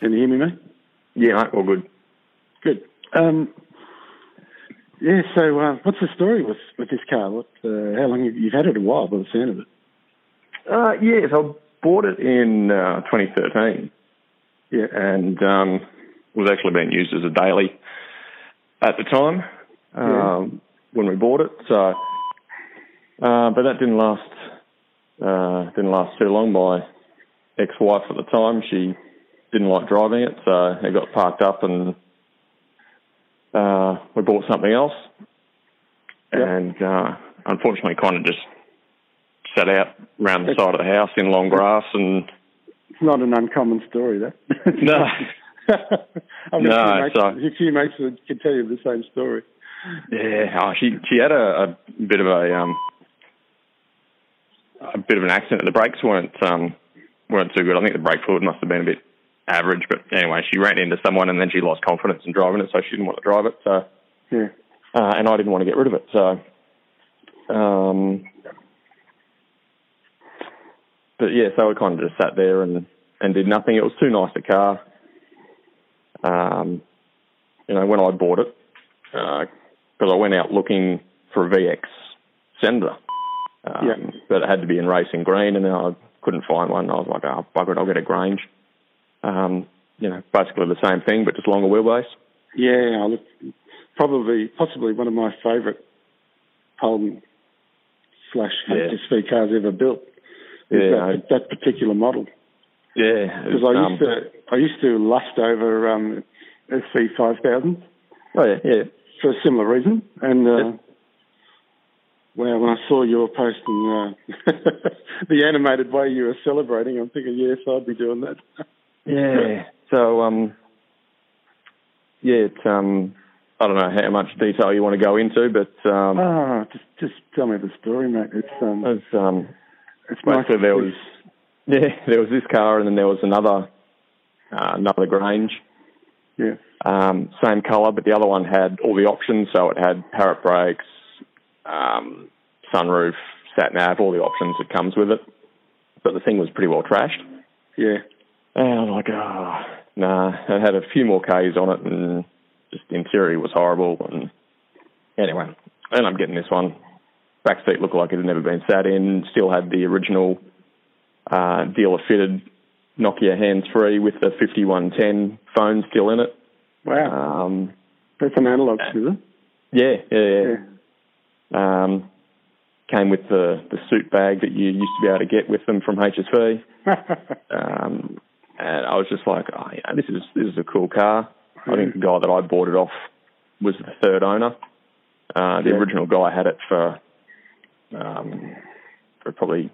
Can you hear me, mate? Yeah, mate, all good. Good. Um, yeah. So, uh, what's the story with, with this car? What? Uh, how long you, you've had it? A while, by the sound of it. Uh, yeah, so I bought it in uh, 2013 Yeah. uh, and um, was actually being used as a daily at the time um, when we bought it. So, uh, but that didn't last. Uh, didn't last too long. My ex-wife at the time, she didn't like driving it, so it got parked up, and uh, we bought something else. Yep. And uh, unfortunately, kind of just sat out round the side of the house in long grass, and It's not an uncommon story, that. No. I've No, got a few mates, so- a few mates that can tell you the same story. Yeah, oh, she she had a, a bit of a um a bit of an accident. The brakes weren't um weren't too good. I think the brake fluid must have been a bit average. But anyway, she ran into someone and then she lost confidence in driving it, so she didn't want to drive it. So Yeah. uh, and I didn't want to get rid of it. So um but yeah, so I kind of just sat there and and did nothing. It was too nice a car. Um, you know, when I bought it, because I went out looking for a VX Senator. Um, Yeah. But it had to be in racing green, and I couldn't find one. I was like, oh, bugger it, I'll get a Grange. Um, you know, basically the same thing, but just longer wheelbase. Yeah, I look, probably, possibly one of my favourite Holden slash Yeah. HSV cars ever built. is Yeah, I- that, that particular model. yeah. it Because was, I um, used to, I used to lust over um, SV five thousand Oh yeah, yeah. for a similar reason. And uh, Yeah. well, when I saw your post and uh, the animated way you were celebrating, I'm thinking, yes, I'd be doing that. Yeah. So, um, yeah, it's, um, I don't know how much detail you want to go into, but um, Oh, just just tell me the story, mate. It's um, it's, um, it's nice. basically there was yeah, there was this car, and then there was another uh, another Grange, yeah, um, same colour, but the other one had all the options, so it had parrot brakes, um, sunroof, sat nav, all the options that comes with it. But the thing was pretty well trashed. yeah, And I'm like, oh, nah. It had a few more Ks on it, and just the interior was horrible. And anyway, and I'm getting this one. Back seat looked like it had never been sat in. Still had the original uh, dealer fitted Nokia hands free with the 5110 phone still in it. wow, Um, that's an analog, is it? yeah, yeah, yeah. Yeah, Um, came with the the suit bag that you used to be able to get with them from HSV. um, and I was just like, oh, yeah, this is this is a cool car. I think the guy that I bought it off was the third owner. Uh, the Yeah. original guy had it for um, for probably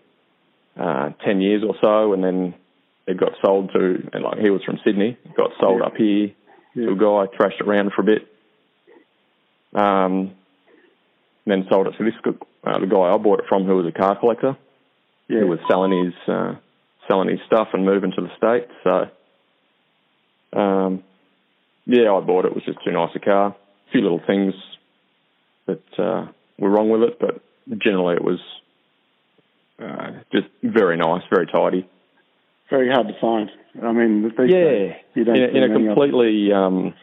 uh, ten years or so, and then it got sold to. And like he was from Sydney, it got sold Yeah. up here yeah. to a guy, thrashed it around for a bit, um, and then sold it to this gu- uh, the guy I bought it from, who was a car collector yeah. who was selling his uh, selling his stuff and moving to the states. So, um, yeah, I bought it. It was just too nice a car. A few little things that uh, were wrong with it, but generally it was uh, just very nice, very tidy. very hard to find. I mean, these days, Yeah, you in don't a, see in a many of them. completely um,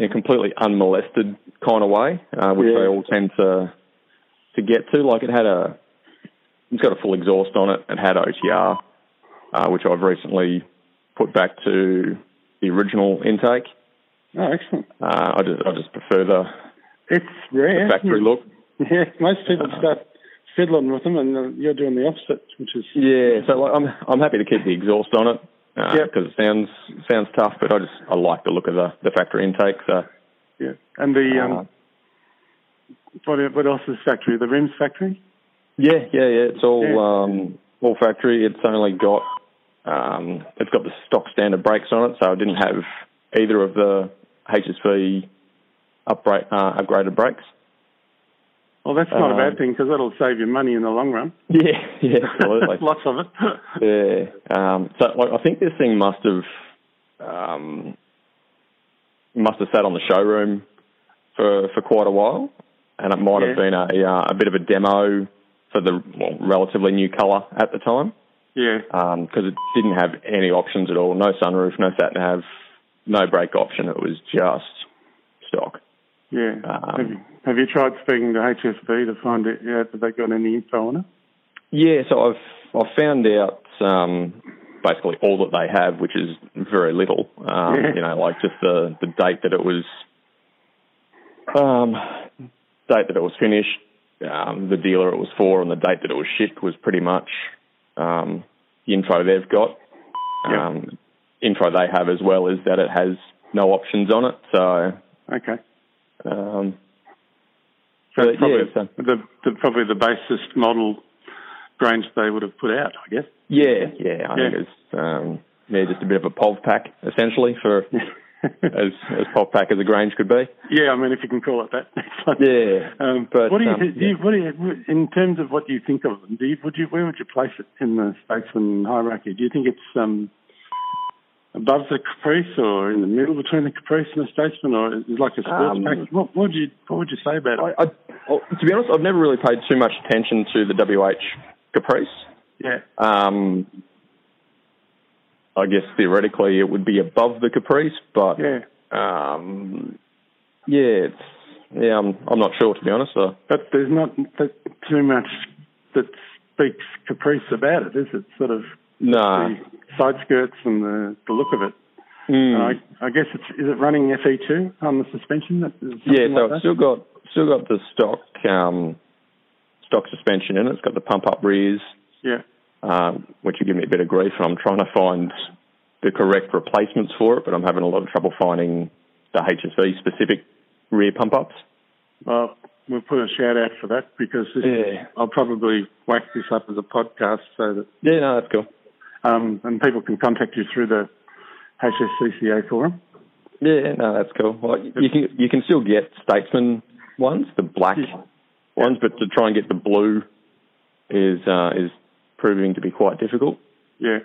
in a completely unmolested kind of way, uh, which Yeah. they all tend to to get to. Like it had a, it's got a full exhaust on it. It had OTR, uh, which I've recently put back to the original intake. Oh, excellent. Uh, I just I just prefer the, It's rare. the factory isn't look. it? Yeah, most people start fiddling with them, and uh, you're doing the opposite, which is Yeah, so like, I'm I'm happy to keep the exhaust on it because Yep. it sounds sounds tough, but I just I like the look of the the factory intake. So. yeah. And the um, uh, what what else is factory? The rims factory. Yeah, yeah, yeah. It's all Yeah. um, all factory. It's only got um, it's got the stock standard brakes on it, so I didn't have either of the HSV upgrade, uh, upgraded brakes. Well, that's not a Um, bad thing because that'll save you money in the long run. Yeah, yeah, absolutely. Lots of it. yeah. Um, so like, I think this thing must have um, must have sat on the showroom for for quite a while, and it might have Yeah. been a uh, a bit of a demo for the well, relatively new colour at the time. Yeah. because it didn't have any options at all. No sunroof, no sat nav, no brake option. It was just stock. Yeah. Um, have, you, have you tried speaking to HSB to find out yeah, have they got any info on it? Yeah, so I've I've found out um, basically all that they have, which is very little. Um, Yeah. You know, like just the the date that it was, um, date that it was finished, um, the dealer it was for, and the date that it was shipped was pretty much um, the info they've got. Yeah. Um, info they have as well is that it has no options on it. So, Okay. um, So But, that's probably, Uh, yeah, so- the, the, probably the basest model Grange they would have put out, I guess. yeah, yeah, I Yeah. think it's um, yeah, just a bit of a POV pack essentially for as as pop pack as a Grange could be. yeah, I mean, if you can call it that. Yeah, Um, but, what do you, um, thi- do you, what do you, in terms of what you think of them? Do you, would you, where would you place it in the statesman hierarchy? Do you think it's um, above the Caprice or in the middle between the Caprice and the statesman, or is it like a sports Um, pack? What, what would you, what would you say about it? I, I, well, to be honest, I've never really paid too much attention to the WH Caprice. Yeah, Um, I guess theoretically it would be above the Caprice, but yeah. um, yeah, it's, yeah, I'm I'm not sure to be honest. Uh, But there's not that too much that speaks Caprice about it, is it? Sort of no, the side skirts and the, the look of it. And Mm. I, I guess it's is it running FE2 on the suspension? That, is it something yeah, like so it's that? still got still got the stock um, stock suspension in it. It's got the pump up rears. yeah. uh, which will give me a bit of grief. And I'm trying to find the correct replacements for it, but I'm having a lot of trouble finding the HSV specific rear pump ups. Well, we'll put a shout out for that because this, Yeah. I'll probably whack this up as a podcast so that Yeah, no, that's cool. um, and people can contact you through the HSCCA forum. Yeah, no, that's cool. Well, you can you can still get Statesman ones, the black Yeah. ones, but to try and get the blue is uh, is proving to be quite difficult. Yeah,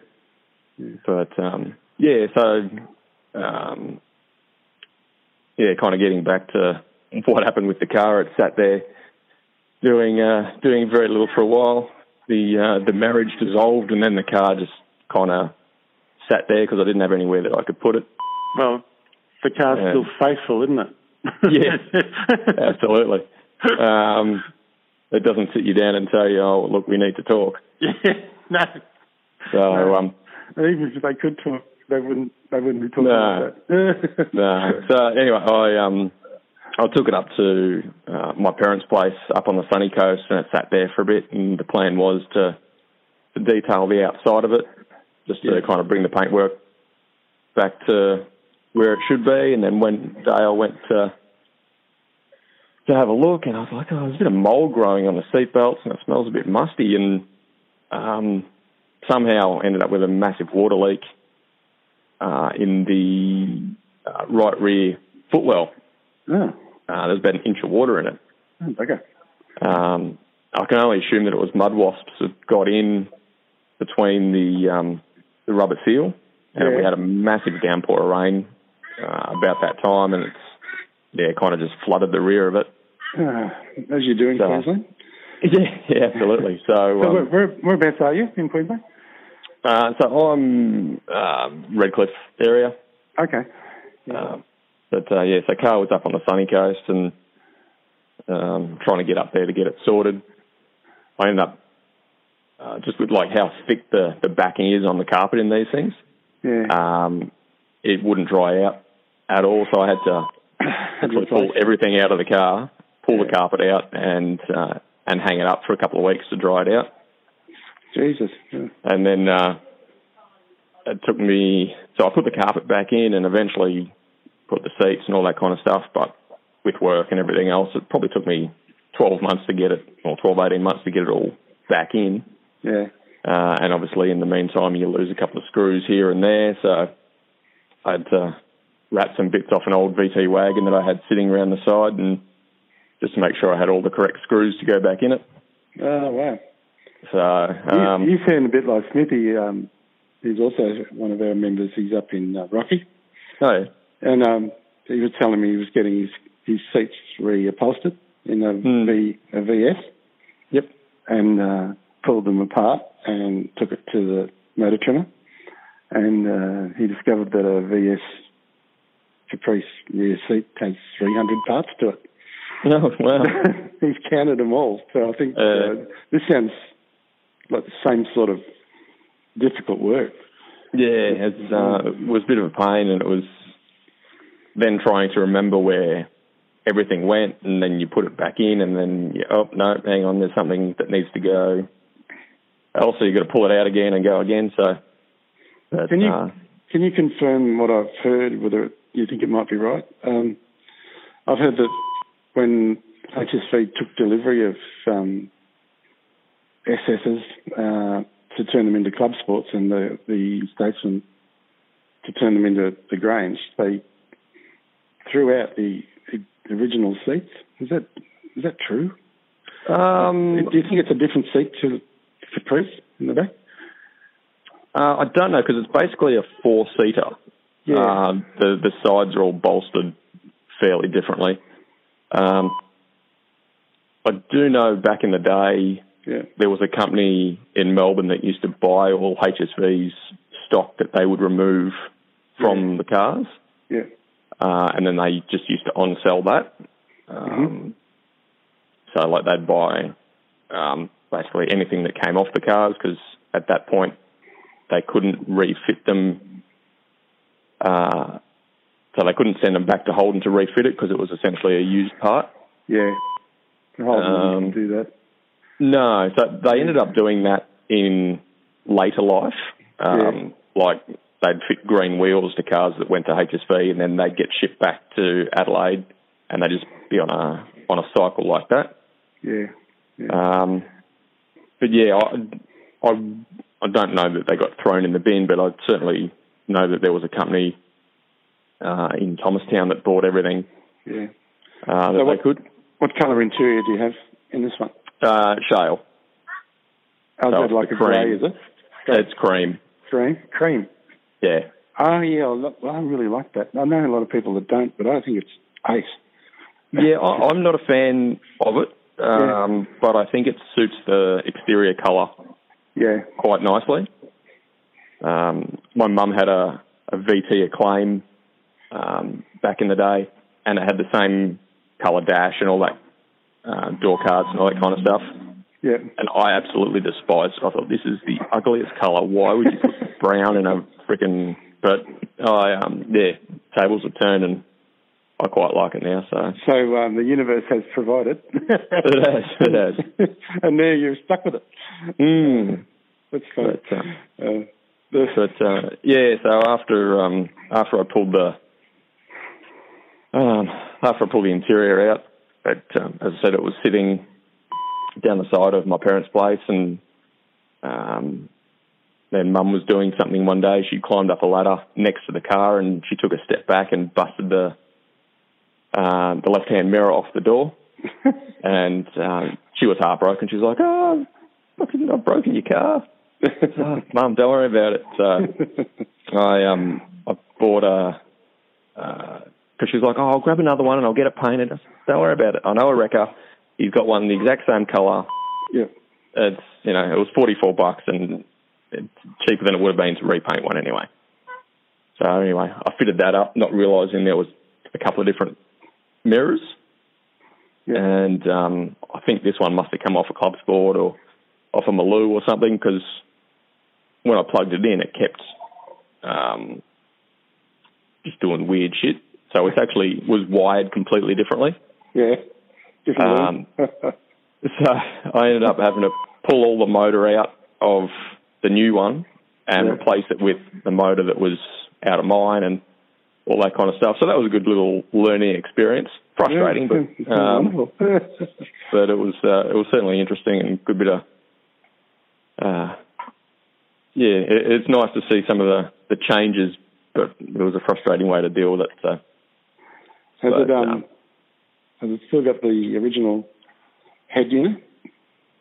But um, yeah, so um, yeah, kind of getting back to what happened with the car. It sat there doing uh, doing very little for a while. The uh, the marriage dissolved, and then the car just kind of sat there because I didn't have anywhere that I could put it. well, the car's Yeah. still faithful, isn't it? Yeah. Absolutely, um, it doesn't sit you down and tell you, "Oh, look, we need to talk." yeah, no. So um, Even if they could talk, they wouldn't. They wouldn't be talking No. about that. No. uh, So anyway, I um I took it up to uh, my parents' place up on the sunny coast, and it sat there for a bit. And the plan was to to detail the outside of it, just to Yeah. kind of bring the paintwork back to where it should be. And then when Dale went to to have a look, and I was like, oh, there's a bit of mold growing on the seat belts, and it smells a bit musty. And um, somehow ended up with a massive water leak uh, in the uh, right rear footwell. no. Uh, there's about an inch of water in it. Okay. Um, I can only assume that it was mud wasps that got in between the um, the rubber seal, and Yeah. we had a massive downpour of rain uh, about that time, and it's yeah, kind of just flooded the rear of it. Uh, as you're doing, So- Queensland. Yeah, yeah, absolutely. So, So, where, um, where, whereabouts are you in Queensland? uh, so I'm um Redcliffe area, Okay. Um, but uh, yeah, so car was up on the sunny coast and um, trying to get up there to get it sorted. I ended up uh, just with like how thick the, the backing is on the carpet in these things. Yeah. Um, it wouldn't dry out at all, so I had to actually pull everything out of the car, pull the Yeah. carpet out, and uh, and hang it up for a couple of weeks to dry it out. Jesus. Yeah. And then uh, it took me, so I put the carpet back in and eventually put the seats and all that kind of stuff. But with work and everything else, it probably took me 12 months to get it, or 12, 18 months to get it all back in. yeah. Uh, and obviously, in the meantime, you lose a couple of screws here and there. So I'd uh, wrap some bits off an old VT wagon that I had sitting around the side and just to make sure I had all the correct screws to go back in it. Oh, wow. So, You, um, you sound a bit like Smithy. Um, he's also one of our members. He's up in uh, Rocky. no, And um, he was telling me he was getting his, his seats reupholstered in a, Hmm. v, a VS. Yep. And uh, pulled them apart and took it to the motor trimmer. And uh, he discovered that a VS Caprice rear seat has 300 parts to it. No, wow. He's counted them all. So I think uh, Oh. Uh, this sounds like the same sort of difficult work. Yeah, it's, uh, it was a bit of a pain, and it was then trying to remember where everything went, and then you put it back in, and then you, oh no, hang on, there's something that needs to go. Also, you got to pull it out again and go again. So, but, Can you- uh, Can you confirm what I've heard, whether it- you think it might be right? Um, I've heard that when HSV took delivery of um, SSs uh, to turn them into club sports and the, the statesman to turn them into the Grange, they threw out the, the original seats. Is that is that true? um, Do you think it's a different seat to the Caprice in the back? uh, I don't know because it's basically a four-seater. Uh, the the sides are all bolstered fairly differently. Um, I do know back in the day yeah. there was a company in Melbourne that used to buy all HSV's stock that they would remove from the cars, Yeah. uh, and then they just used to on sell that. Um, So like they'd buy um, basically anything that came off the cars because at that point they couldn't refit them. Uh, so they couldn't send them back to Holden to refit it because it was essentially a used part. Yeah. Hold on, you Um, can do that. No, so they ended up doing that in later life. Um, Like they'd fit green wheels to cars that went to HSV, and then they'd get shipped back to Adelaide, and they'd just be on a on a cycle like that. Yeah. Um, but yeah, I, I I don't know that they got thrown in the bin, but I certainly know that there was a company uh, in Thomastown that bought everything Yeah. uh, So that they what- could. What colour interior do you have in this one? Uh, shale, Oh, is Oh, that like a cream. grey, is it? that's cream. Cream? Cream. Yeah, Oh, yeah, I lo- I really like that. I know a lot of people that don't, but I think it's ace. Yeah, I, I'm not a fan of it, um, but I think it suits the exterior colour Yeah, quite nicely. Um, my mum had a, a VT Acclaim um, back in the day, and it had the same colour dash and all that uh, door cards and all that kind of stuff. yeah. And I absolutely despised it. I thought this is the ugliest colour. Why would you put brown in a freaking? But I um, yeah, tables have turned, and I quite like it now. So So um, the universe has provided. It has, it has. and there you're stuck with it. Mm. That's fine. But, Uh, the, But uh, yeah, so after um, after I pulled the um, after I pulled the interior out, but um, as I said, it was sitting down the side of my parents' place, and um, then Mum was doing something one day. She climbed up a ladder next to the car, and she took a step back and busted the uh, the left hand mirror off the door, and um, she was heartbroken. She was like, "Oh, fucking, I've broken your car." oh, Mum, don't worry about it. So I um I bought a because she was like, oh, I'll grab another one and I'll get it painted. I said, don't worry about it. I know a wrecker. He's got one the exact same colour. yeah, It's you know it was forty four bucks and it's cheaper than it would have been to repaint one anyway. So anyway, I fitted that up, not realising there was a couple of different mirrors. Yeah. And um, I think this one must have come off a club sport or off a Maloo or something because when I plugged it in, it kept um, just doing weird shit. So it's actually was wired completely differently. yeah. Different Um, one. So I ended up having to pull all the motor out of the new one and Yeah. replace it with the motor that was out of mine and all that kind of stuff. So that was a good little learning experience. Frustrating, Yeah, it's but um, wonderful. but it was uh, it was certainly interesting and good bit of. Uh, yeah, it, it's nice to see some of the, the changes, but it was a frustrating way to deal with it. So has but, it um, um, has it still got the original head unit?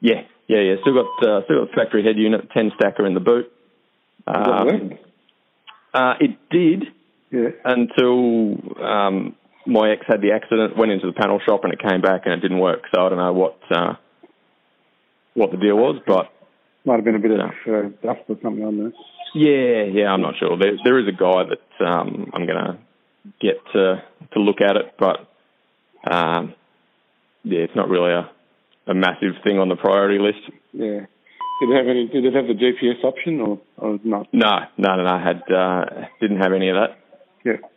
Yeah, yeah, yeah. Still got uh, still got the factory head unit, ten stacker in the boot. that Um, work? uh, it did Yeah. until um, my ex had the accident, went into the panel shop, and it came back and it didn't work. So I don't know what uh, what the deal was, but Might have been a bit Yeah. of uh, dust or something on there. Yeah, yeah, I'm not sure. There, there is a guy that um, I'm gonna get to to look at it, but um, yeah, it's not really a, a massive thing on the priority list. Yeah. Did it have any? Did it have the GPS option or, or not? No, no, no, no. I had uh, didn't have any of that. Yeah.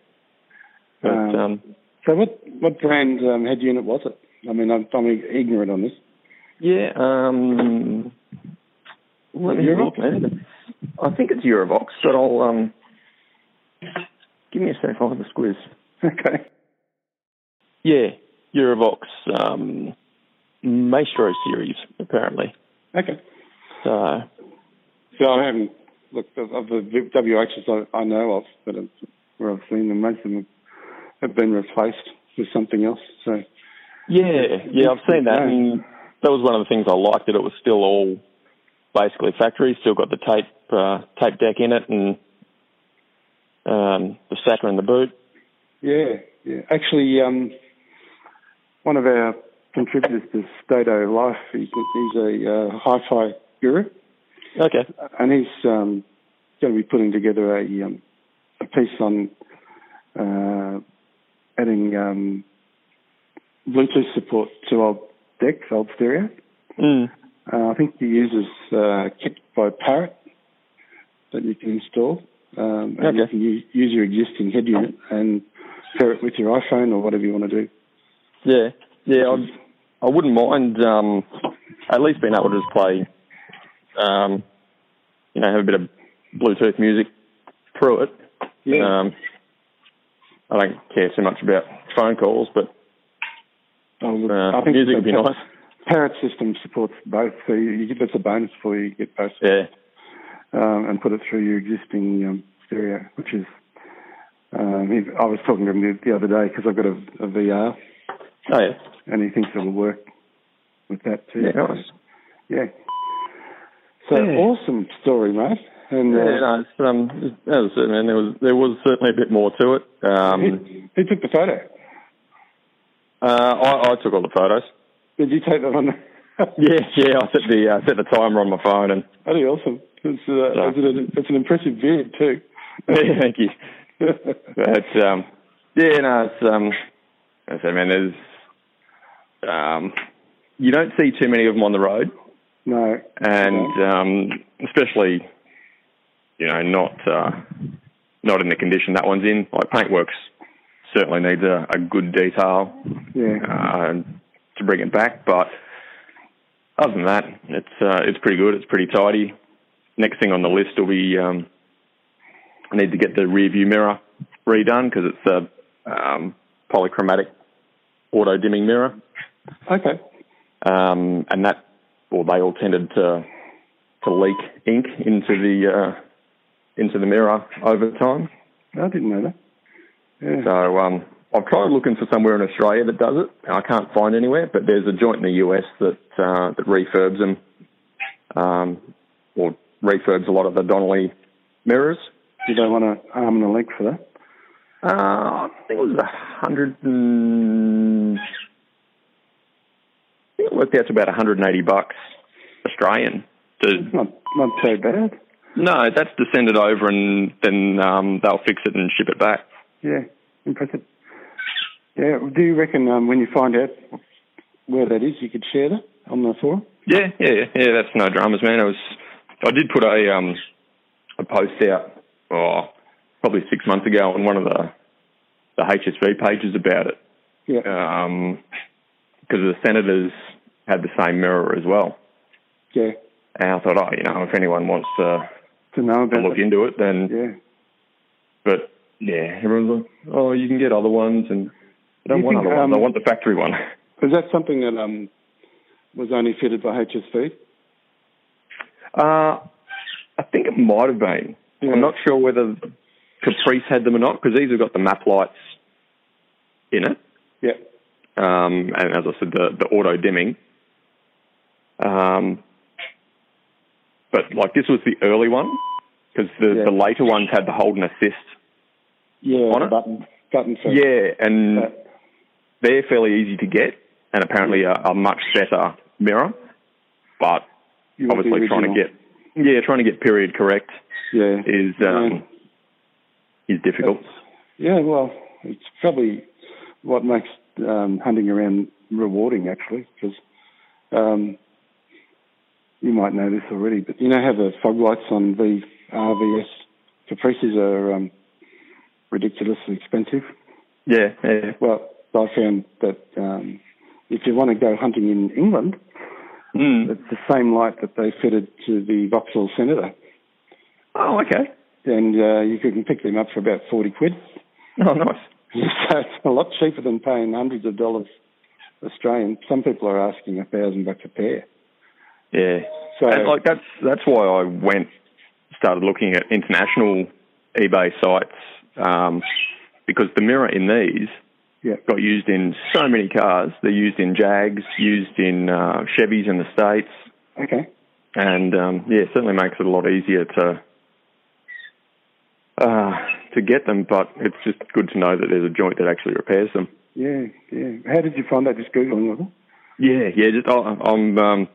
But Um, um, So what what brand um, head unit was it? I mean, I'm, I'm ignorant on this. yeah, um, let me Europe? look, man. I think it's Eurovox, but I'll um, give me a sec. I'll have a squiz. okay. Yeah, Eurovox um, Maestro series apparently. Okay. So So I haven't looked of, of the WHs I, I know of, but it's, where I've seen them, most of them have been replaced with something else. So yeah, yeah, I've seen that, and that was one of the things I liked that it was still all basically factory, still got the tape uh, tape deck in it, and um, the stacker in the boot. yeah, yeah. Actually, um, one of our contributors to Stato Life, he's, he's a uh, hi-fi guru, Okay. and he's um, going to be putting together a um, a piece on uh, adding um, Bluetooth support to old decks, old stereo. Mm. Uh, I think he uses uh, kit by Parrot that you can install. Um, and you Okay. can u- use your existing head unit and pair it with your iPhone or whatever you want to do. Yeah, yeah. I, I wouldn't mind um, at least being able to just play, um, you know, have a bit of Bluetooth music through it. Um, I don't care too much about phone calls, but Oh, look, uh, I think music would be the nice. Parrot system supports both, so you, you get, that's a bonus for you. You get both Yeah, um, and put it through your existing um, stereo, which is. Um, he- I was talking to him the- the other day because I've got a, a VR oh yeah, and he thinks it'll work with that too. yeah, nice. Yeah. So Yeah. awesome story, mate. And uh, Yeah, no, it's, um, as I said, man, there was there was certainly a bit more to it. Um, who, who took the photo? uh, I, I took all the photos. Did you take that one? Yeah, yeah, I set the uh, set the timer on my phone, and That'd be awesome. It's, uh, Yeah. it's, an, it's an impressive beard too. thank you. But um, yeah, no, it's um, as I said, man, there's um, you don't see too many of them on the road, no. and Okay. um, especially you know not uh, not in the condition that one's in. Like paintworks certainly needs a, a good detail yeah. uh, to bring it back, but other than that, it's uh, it's pretty good. It's pretty tidy. Next thing on the list will be um, I need to get the rear view mirror redone because it's a um, polychromatic auto dimming mirror, Okay. um, and that or they all tended to to leak ink into the uh, into the mirror over time. I didn't know that. Yeah. So um, I've tried looking for somewhere in Australia that does it, and I can't find anywhere. But there's a joint in the US that uh, that refurbs them, um, or refurbs a lot of the Donnelly mirrors. you don't want to arm and a leg for that. Uh, I think it was a hundred and I think it worked out to about 180 bucks Australian. To, It's not not so bad. no, that's to send it over, and then um, they'll fix it and ship it back. Yeah. Impressive. Yeah. Do you reckon um, when you find out where that is, you could share that on the forum? Yeah, yeah, yeah, yeah. That's no dramas, man. I was, I did put a um, a post out, oh, probably six months ago on one of the the HSV pages about it, Yeah. because the senators had the same mirror as well, yeah. and I thought, oh, you know, if anyone wants to, To know to about look it. into it, then, Yeah. but yeah, everyone's like, oh, you can get other ones, and I don't You want think, other ones. um, I want the factory one. Was that something that um was only fitted by HSV? Uh, I think it might have been. Yeah. I'm not sure whether Caprice had them or not because these have got the map lights in it, Yeah. um, and as I said, the, the auto dimming. Um, but like this was the early one because the, Yeah. the later ones had the hold and assist. Yeah. On the it? button button for Yeah, and Yeah. they're fairly easy to get, and apparently a, a much better mirror. But You want the obviously trying to original. get yeah, trying to get period correct Yeah. is um, is difficult. Yeah, well, it's probably what makes um, hunting around rewarding, actually, because um, you might know this already, but you know how the fog lights on the RVS Caprices are um, ridiculously expensive? Yeah, yeah, Well, I found that um, if you want to go hunting in England, mm. it's the same light that they fitted to the Vauxhall Senator, Oh, okay. and uh, you can pick them up for about 40 quid. Oh, nice. So it's a lot cheaper than paying hundreds of dollars Australian. Some people are asking a thousand bucks a pair. Yeah, So and like that's that's why I went started looking at international eBay sites um, because the mirror in these Yeah. got used in so many cars. They're used in Jags, used in uh, Chevys in the states, okay, and um, yeah, certainly makes it a lot easier to uh, to get them. But it's just good to know that there's a joint that actually repairs them. yeah, yeah. How did you find that? Just googling was it? Yeah, yeah. Just I, I'm um,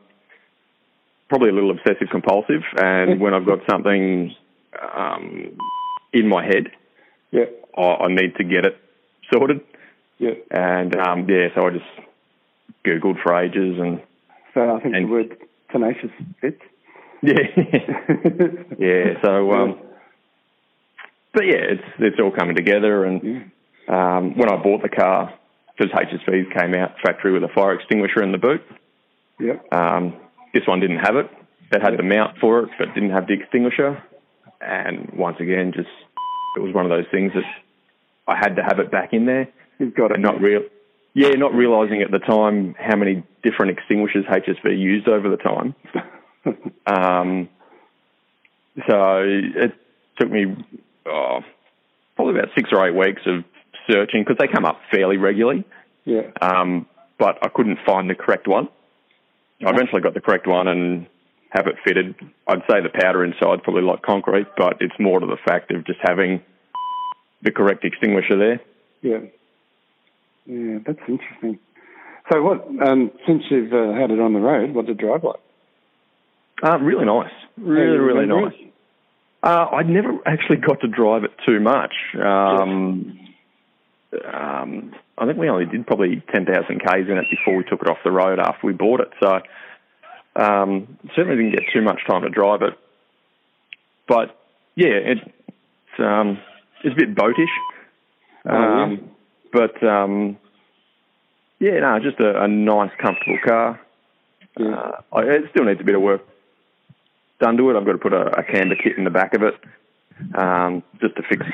probably a little obsessive compulsive, and when I've got something um, in my head, Yeah, I, I need to get it sorted. yeah. And um, yeah, so I just googled for ages, and So I think And- the word tenacious fits. yeah, yeah. So, um, but yeah, it's it's all coming together. And Yeah. um, when I bought the car, because HSVs came out factory with a fire extinguisher in the boot, yeah, Um, this one didn't have it. It had the mount for it, but didn't have the extinguisher. And once again, just it was one of those things that I had to have it back in there, you've got it. and not real. Yeah, not realizing at the time how many different extinguishers HSV used over the time. Um, so it took me oh, probably about six or eight weeks of searching because they come up fairly regularly yeah, um, but I couldn't find the correct one. I eventually got the correct one and have it fitted. I'd say the powder inside's probably like concrete, but it's more to the fact of just having the correct extinguisher there. yeah, yeah. That's interesting. So what? Um, since you've uh, had it on the road, what's it drive like? Uh, really nice, really, How do you really remember nice. Uh, I never actually got to drive it too much. Um, um, I think we only did probably 10,000 Ks in it before we took it off the road after we bought it. So um, certainly didn't get too much time to drive it. But yeah, it, it's, um, it's a bit boatish. Oh, yeah. Um, But um, yeah, no, just a, a nice, comfortable car. Yeah. Uh, I, it still needs a bit of work done to it. I've got to put a, a camber kit in the back of it um, just to fix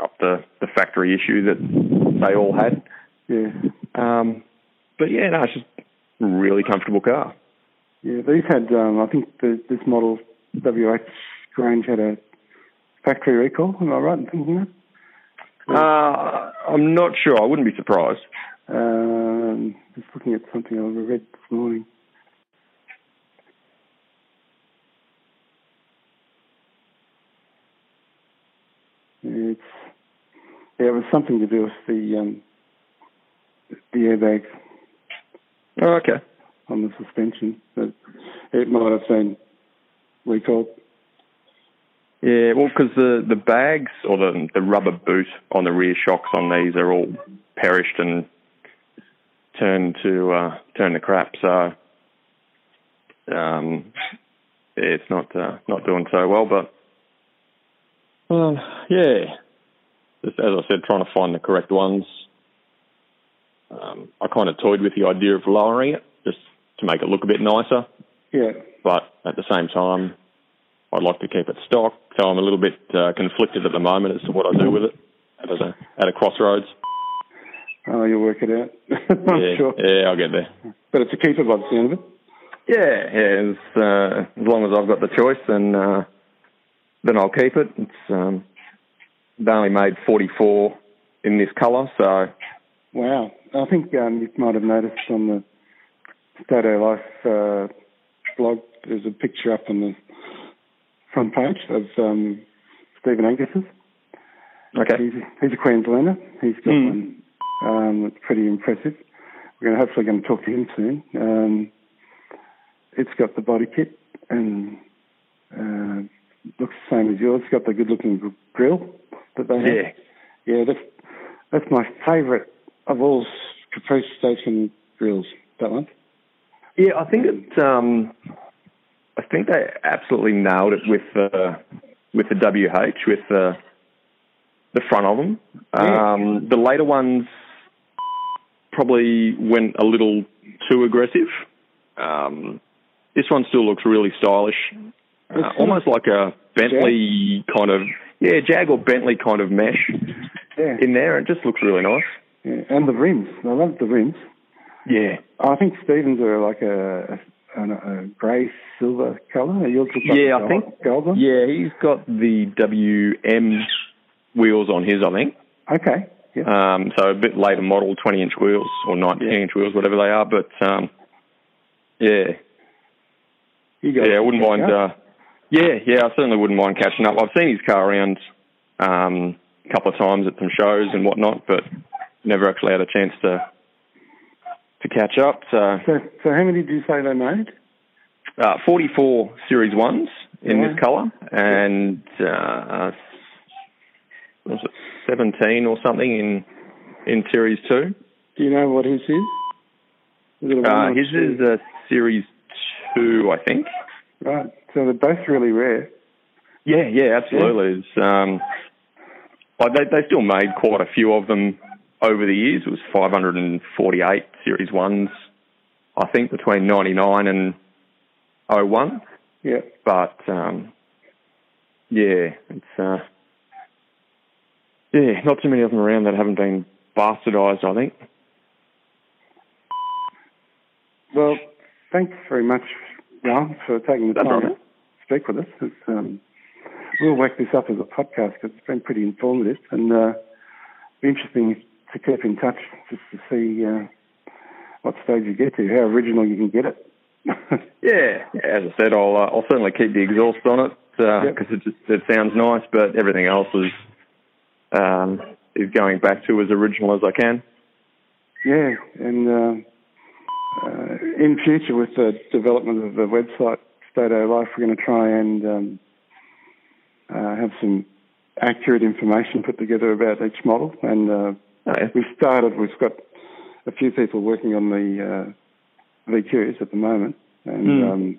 up the, the factory issue that they all had. Yeah, Um, but yeah, no, it's just a really comfortable car. yeah. They've had. Um, I think the, this model WH Grange had a factory recall. Am I right in thinking that? Uh, I'm not sure. I wouldn't be surprised. Um, just looking at something I read this morning. It's yeah, it was something to do with the um, the airbags Oh, okay. on the suspension, but it might have been recalled. Yeah, well, because the, the bags or the the rubber boot on the rear shocks on these are all perished and turned to uh, turned to crap. So um, yeah, it's not uh, not doing so well. But um, yeah, just as I said, trying to find the correct ones. Um, I kind of toyed with the idea of lowering it just to make it look a bit nicer Yeah, but at the same time, I'd like to keep it stock. So I'm a little bit uh, conflicted at the moment as to what I do with it at a, at a crossroads. oh, you'll work it out. I'm yeah, sure, yeah, I'll get there. but it's a keeper by the sound of it. Yeah, yeah. As, uh, as long as I've got the choice, then uh, then I'll keep it. It's um, they only made 44 in this colour, so Wow. I think um, you might have noticed on the Stato Life uh, blog, there's a picture up on the front page of um, Stephen Angus's. okay. He's, he's a Queenslander. He's got Mm. one um, that's pretty impressive. We're gonna, hopefully going to talk to him soon. Um, it's got the body kit and uh, same as yours. It's got the good-looking grill that they have. Yeah. Yeah, that's that's my favourite of all Caprice Station grills. That one. Yeah, I think it. Um, I think they absolutely nailed it with uh, with the WH with the the front of them. Um, the later ones probably went a little too aggressive. Um, this one still looks really stylish, uh, It's almost like a Bentley kind of yeah Jag or Bentley kind of mesh Yeah, in there. It just looks really nice. yeah. and the rims. I love the rims. Yeah, I think Stevens are like a a, a, a grey silver colour. Yours looks like Yeah, a I gold, think- gold one. yeah, he's got the WM wheels on his, I think. Okay. Yeah. Um, so a bit later model, 20 inch wheels or 19 inch wheels, whatever they are. But um, yeah, you got yeah, I it. wouldn't mind. Uh, yeah, yeah, I certainly wouldn't mind catching up. I've seen his car around um, a couple of times at some shows and whatnot, but never actually had a chance to to catch up. So so, so how many do you say they made? uh, 44 Series 1s in Yeah. this colour and uh, what was it, 17 or something in in Series 2. Do you know what his is? Is it a Uh, one or his two? is uh, series two, I think. Right. So they're both really rare. Yeah, yeah, absolutely. It's, Um, like they they still made quite a few of them over the years. It was 548 series ones, I think, between 99 and 01. Yeah. But um, yeah, it's uh, yeah, not too many of them around that haven't been bastardised. I think. Well, thanks very much, Jan, for taking the That's all time to right. speak with us. It's, um, we'll work this up as a podcast 'cause it's been pretty informative and uh, be interesting to keep in touch just to see uh, what stage you get to, how original you can get it. Yeah, yeah, as I said, I'll uh, I'll certainly keep the exhaust on it Yep. because it just it sounds nice, but everything else is um, is going back to as original as I can. yeah, and uh, uh, in future with the development of the website Stato Life, we're going to try and um, uh, have some accurate information put together about each model and uh, Okay. we started. We've got a few people working on the uh, VQs at the moment, and Hmm. um,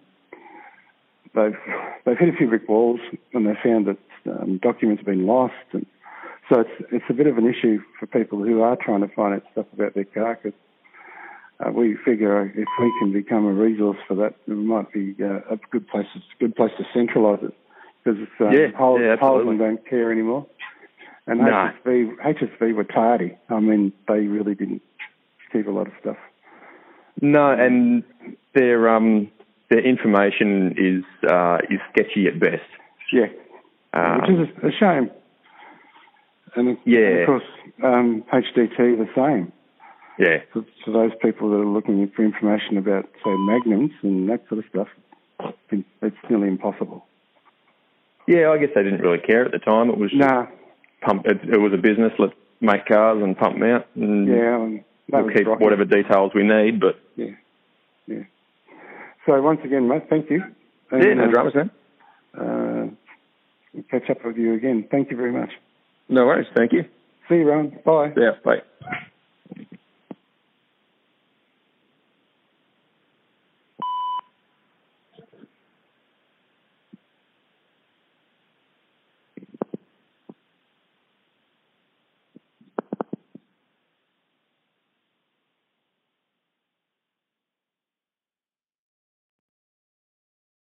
they've they've hit a few brick walls, and they found that um, documents have been lost, and so it's it's a bit of an issue for people who are trying to find out stuff about their car. 'cause, uh, we figure if we can become a resource for that, it might be uh, a good place. It's a good place to centralise it because um, Yeah, Hol- yeah, Holden absolutely. don't care anymore. And No. HSV, HSV were tardy. I mean, they really didn't keep a lot of stuff. No, and their um their information is uh, is sketchy at best. Yeah, which Um, is a, a shame. And of- Yeah. of course, um, HDT the same yeah, for, for those people that are looking for information about, say, magnums and that sort of stuff. It's, it's nearly impossible. yeah. I guess they didn't really care at the time. It was just Nah, pump. It, it was a business. Let's make cars and pump them out. And yeah, um, that Mm. we'll was keep rocky. whatever details we need. But So once again, mate, thank you. And, yeah, no um, dramas, eh? man. Uh, catch up with you again. Thank you very much. No worries. Thank you. See you, Rowan. Bye. Yeah, bye.